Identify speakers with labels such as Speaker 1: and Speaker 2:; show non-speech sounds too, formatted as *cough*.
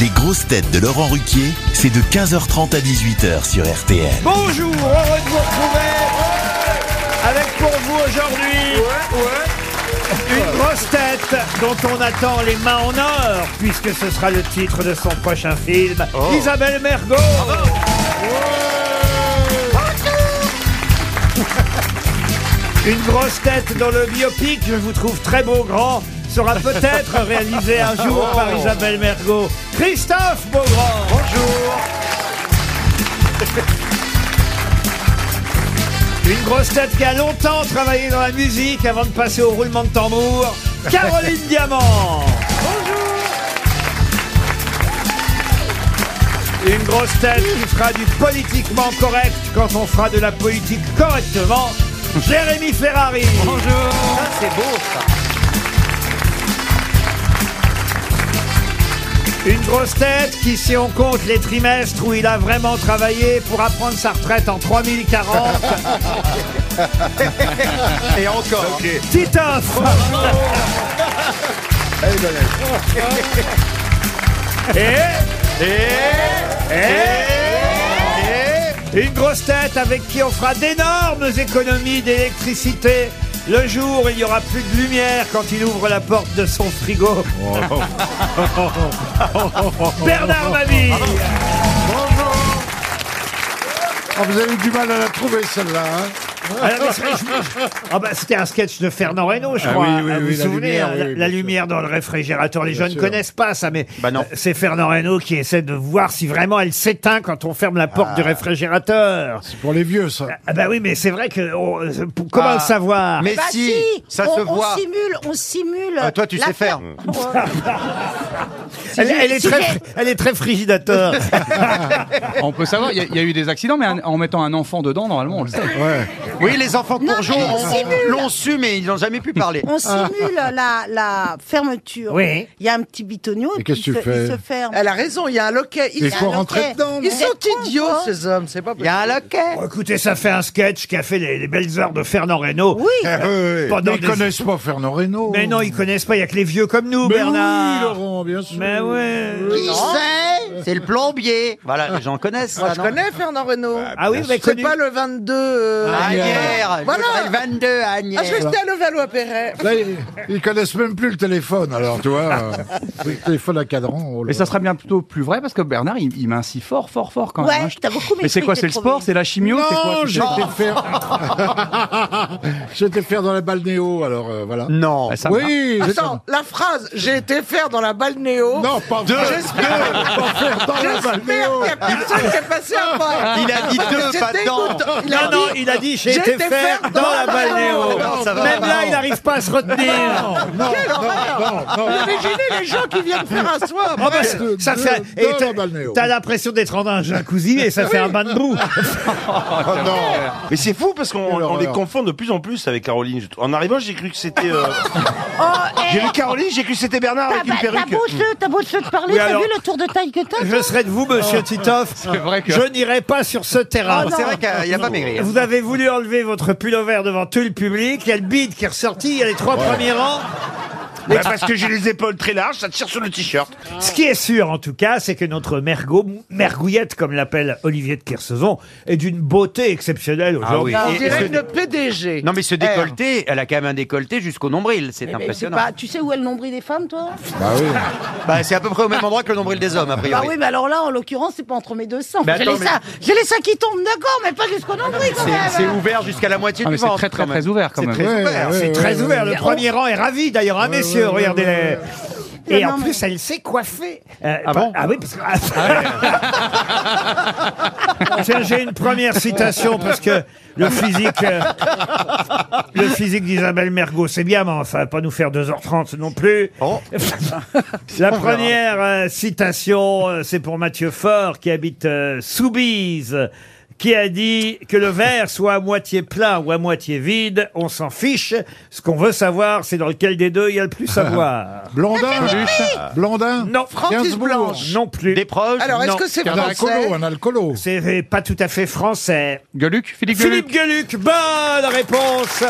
Speaker 1: Les grosses têtes de Laurent Ruquier, c'est de 15h30 à 18h sur RTL.
Speaker 2: Bonjour, heureux de vous retrouver avec pour vous aujourd'hui une grosse tête dont on attend les mains en or puisque ce sera le titre de son prochain film, Isabelle Mergot. Une grosse tête dans le biopic, je vous trouve très beau grand, sera peut-être réalisé un jour par Isabelle Mergot. Christophe Beaugrand Bonjour Une grosse tête qui a longtemps travaillé dans la musique avant de passer au roulement de tambour, Caroline Diamant Une grosse tête qui fera du politiquement correct quand on fera de la politique correctement, Jérémy Ferrari
Speaker 3: Ça, c'est beau, ça.
Speaker 2: Une grosse tête qui, si on compte les trimestres où il a vraiment travaillé pour apprendre sa retraite en 3040,
Speaker 3: Et encore.
Speaker 2: Titoff Et, et, et une grosse tête avec qui on fera d'énormes économies d'électricité le jour où il n'y aura plus de lumière quand il ouvre la porte de son frigo. Bernard Mabille
Speaker 4: Bonjour Ah, Vous avez eu du mal à la trouver celle-là, hein
Speaker 2: Ah, mais c'est vrai, je- Ah bah, C'était un sketch de Fernand Reynaud, je
Speaker 4: Ah
Speaker 2: crois.
Speaker 4: oui, oui,
Speaker 2: hein, vous
Speaker 4: oui,
Speaker 2: vous
Speaker 4: la
Speaker 2: souvenez,
Speaker 4: lumière,
Speaker 2: hein,
Speaker 4: oui,
Speaker 2: la,
Speaker 4: oui,
Speaker 2: la
Speaker 4: bien sûr.
Speaker 2: lumière dans le réfrigérateur. Les jeunes ne
Speaker 4: sûr.
Speaker 2: connaissent pas ça, mais
Speaker 3: Bah non.
Speaker 2: euh, c'est Fernand Reynaud qui essaie de voir si vraiment elle s'éteint quand on ferme la porte
Speaker 4: Ah.
Speaker 2: du réfrigérateur.
Speaker 4: C'est pour les vieux, ça.
Speaker 2: Ah bah oui, mais c'est vrai que on- euh, pour- comment
Speaker 3: Ah,
Speaker 2: le savoir
Speaker 3: Mais
Speaker 5: Bah
Speaker 3: si, ça
Speaker 5: on,
Speaker 3: se
Speaker 5: on
Speaker 3: voit.
Speaker 5: simule, on simule.
Speaker 3: Ah, toi, tu
Speaker 5: la
Speaker 3: sais faire.
Speaker 5: flamme.
Speaker 2: elle, elle est
Speaker 5: si
Speaker 2: très,
Speaker 5: j'ai-
Speaker 2: fri- elle est très
Speaker 4: *laughs*
Speaker 2: frigidateur.
Speaker 6: On peut savoir, il y, a- il y a eu des accidents, mais en, en mettant un enfant dedans, normalement, on le sait.
Speaker 4: Ouais.
Speaker 3: Oui, les enfants de
Speaker 5: Non,
Speaker 3: Bourgeot
Speaker 5: mais
Speaker 3: on-
Speaker 5: c'est nul.
Speaker 3: l'ont su, mais ils n'ont jamais pu parler. *laughs*
Speaker 5: On simule la, la fermeture.
Speaker 2: Oui.
Speaker 5: Il y a un petit bitonio et,
Speaker 4: Et
Speaker 5: puis
Speaker 4: qu'est-ce
Speaker 5: il
Speaker 4: que tu
Speaker 5: se-
Speaker 4: fais
Speaker 5: il se ferme.
Speaker 3: Ah,
Speaker 7: Elle a raison, il y a un loquet. Ils,
Speaker 4: Il
Speaker 5: y a
Speaker 4: faut
Speaker 5: un
Speaker 4: rentrer
Speaker 5: loquet.
Speaker 4: dedans,
Speaker 7: ils
Speaker 4: non
Speaker 7: sont
Speaker 5: êtes con,
Speaker 7: idiots,
Speaker 5: quoi.
Speaker 7: ces hommes, c'est pas
Speaker 3: Il y a un loquet.
Speaker 2: Écoutez, ça fait un sketch qui a fait les, les belles heures de Fernand Reynaud. *laughs*
Speaker 5: Oui.
Speaker 4: Eh, ouais, ouais.
Speaker 2: Pendant
Speaker 4: Ils
Speaker 2: des-
Speaker 4: connaissent pas Fernand Reynaud.
Speaker 2: Mais non, ils connaissent pas, il y a que les vieux comme nous,
Speaker 4: Mais oui,
Speaker 2: Bernard.
Speaker 4: Laurent, bien sûr.
Speaker 2: mais ouais. Ah
Speaker 3: Qui c'est C'est le plombier. Voilà, les gens connaissent
Speaker 7: Moi,
Speaker 3: ça,
Speaker 7: je
Speaker 3: non
Speaker 7: connais Fernand Renault.
Speaker 2: Ah oui, vous avez
Speaker 7: c'est
Speaker 2: connu.
Speaker 7: pas le 22. euh,
Speaker 3: Ah, Agnières,
Speaker 7: Voilà.
Speaker 3: voilà. 22
Speaker 7: Ah, je
Speaker 3: Agnières.
Speaker 7: j'étais à Levallois-Perret.
Speaker 4: Là, ils, ils connaissent même plus le téléphone, alors, tu vois. euh, le téléphone à cadran. oh là
Speaker 6: Mais ça
Speaker 4: là.
Speaker 6: sera bien plutôt plus vrai parce que Bernard, il, il mince fort, fort, fort quand
Speaker 5: Ouais,
Speaker 6: même. hein.
Speaker 5: t'as beaucoup
Speaker 6: Mais c'est quoi
Speaker 5: maîtrisé
Speaker 6: C'est
Speaker 5: trop
Speaker 6: le sport
Speaker 5: vite.
Speaker 6: C'est la chimio C'est quoi
Speaker 4: Non,
Speaker 6: tu sais
Speaker 4: j'étais *laughs* faire... j'étais faire dans la balnéo, alors euh, voilà.
Speaker 3: Non.
Speaker 6: Ah, ça me marche.
Speaker 4: oui, j'étais-
Speaker 7: Attends, la phrase J'ai été faire dans la balnéo.
Speaker 4: Non, pas deux. Pas faire dans la
Speaker 7: J'espère qu'il
Speaker 4: balnéo.
Speaker 7: n'y a personne qui est passé à part.
Speaker 3: Il a dit deux,
Speaker 7: C'est
Speaker 3: pas dedans.
Speaker 7: dégoûtant. Il a
Speaker 2: Non, non,
Speaker 7: dit-
Speaker 2: il a dit j'ai
Speaker 7: J'ai
Speaker 2: été
Speaker 7: été
Speaker 2: faire
Speaker 7: faire
Speaker 2: dans la balnéo.
Speaker 3: Non, ça va
Speaker 2: Même
Speaker 3: pas.
Speaker 2: là, il n'arrive pas à se retenir.
Speaker 7: Quelle horreur Vous imaginez les gens qui viennent faire un
Speaker 3: Ah,
Speaker 7: soir
Speaker 2: Oh, bah,
Speaker 4: de-
Speaker 2: ça
Speaker 4: de-
Speaker 2: fait.
Speaker 4: de
Speaker 2: et
Speaker 4: la
Speaker 2: t'as-
Speaker 4: balnéo.
Speaker 2: T'as l'impression d'être en un jacuzzi et ça fait un bain de boue.
Speaker 8: Mais c'est fou parce qu'on
Speaker 4: Alors,
Speaker 8: on les
Speaker 4: alors.
Speaker 8: confond de plus en plus avec Caroline. je trouve. En arrivant, j'ai cru que c'était. euh,
Speaker 5: Oh,
Speaker 8: *laughs* j'ai
Speaker 5: eh,
Speaker 8: vu Caroline, j'ai cru que c'était Bernard
Speaker 5: T'as
Speaker 8: avec une
Speaker 5: ba- Ah bah, t'as
Speaker 8: perruque.
Speaker 5: beau jeu, t'as beau jeu de parler,
Speaker 2: Oui,
Speaker 5: t'as
Speaker 2: alors-
Speaker 5: vu le tour de taille que t'as
Speaker 2: Je serais de vous, monsieur Titoff.
Speaker 6: vrai que-
Speaker 2: Je n'irai pas sur ce terrain.
Speaker 3: C'est vrai qu'il a pas maigri.
Speaker 2: Vous avez voulu enlever votre pullover devant tout le public. Il y a le bide qui est ressorti. Il y a les trois premiers rangs.
Speaker 8: Bah, parce que j'ai les épaules très larges, ça tire sur le t-shirt.
Speaker 2: Ce qui est sûr, en tout cas, c'est que notre mergot, mergouillette, comme l'appelle Olivier de Kersauzon, est d'une beauté exceptionnelle
Speaker 5: Ah,
Speaker 6: Ah,
Speaker 2: aujourd'hui.
Speaker 7: On
Speaker 3: Et-
Speaker 7: dirait
Speaker 3: et ce-
Speaker 7: une PDG.
Speaker 3: Non, mais ce décolleté, elle a quand même un décolleté jusqu'au nombril. C'est
Speaker 5: Eh. Mais c'est
Speaker 3: impressionnant.
Speaker 5: pas- Tu sais où est le nombril des femmes, toi
Speaker 3: Ah,
Speaker 4: Bah oui.
Speaker 3: Bah, c'est à peu près au même endroit que le nombril des hommes, a
Speaker 5: Bah
Speaker 3: priori.
Speaker 5: oui, mais alors là, en l'occurrence, c'est pas entre mes deux seins.
Speaker 3: Mais
Speaker 5: J'ai
Speaker 3: attends,
Speaker 5: les seins- j'ai les seins qui tombent, d'accord, mais pas jusqu'au nombril quand
Speaker 3: C'est-
Speaker 5: même.
Speaker 3: C'est ouvert jusqu'à la moitié
Speaker 6: Ah,
Speaker 3: du
Speaker 6: mais c'est
Speaker 3: ventre.
Speaker 6: très, très,
Speaker 3: quand même.
Speaker 6: très ouvert, quand
Speaker 3: C'est
Speaker 6: même.
Speaker 3: très
Speaker 4: Ouais,
Speaker 3: ouvert.
Speaker 4: ouais,
Speaker 2: C'est
Speaker 4: ouais,
Speaker 2: très
Speaker 4: ouais,
Speaker 2: ouvert.
Speaker 4: ouais.
Speaker 2: Le premier rang est ravi, d'ailleurs, hein, messieurs,
Speaker 4: ouais,
Speaker 2: regardez-les.
Speaker 4: ouais,
Speaker 2: Et
Speaker 5: Non,
Speaker 2: en
Speaker 5: non,
Speaker 2: plus, elle sait coiffer. Euh, bah- ah
Speaker 3: bon
Speaker 2: oui, parce que.
Speaker 3: *laughs*
Speaker 2: Tiens, j'ai une première citation parce que le physique, euh, le physique d'Isabelle Mergot, c'est bien, mais enfin, pas nous faire 2h30 non plus.
Speaker 3: Oh.
Speaker 2: *laughs* La première euh, citation, euh, c'est pour Mathieu Faure qui habite euh, Soubise, qui a dit que le verre soit à moitié plein ou à moitié vide, on s'en fiche. Ce qu'on veut savoir, c'est dans lequel des deux il y a le plus
Speaker 3: *laughs*
Speaker 2: à voir.
Speaker 4: Blandin. Blandin.
Speaker 2: Non,
Speaker 7: Francis
Speaker 4: Gainsbourg.
Speaker 7: Blanche.
Speaker 2: non plus.
Speaker 3: Des proches
Speaker 7: Alors, est-ce
Speaker 3: Non.
Speaker 7: que c'est
Speaker 4: Un alcoolo,
Speaker 7: français
Speaker 4: un alcoolo.
Speaker 2: C'est pas tout à fait français.
Speaker 6: Gueuluc Philippe Gueuluc
Speaker 2: Philippe Gueluc, bonne réponse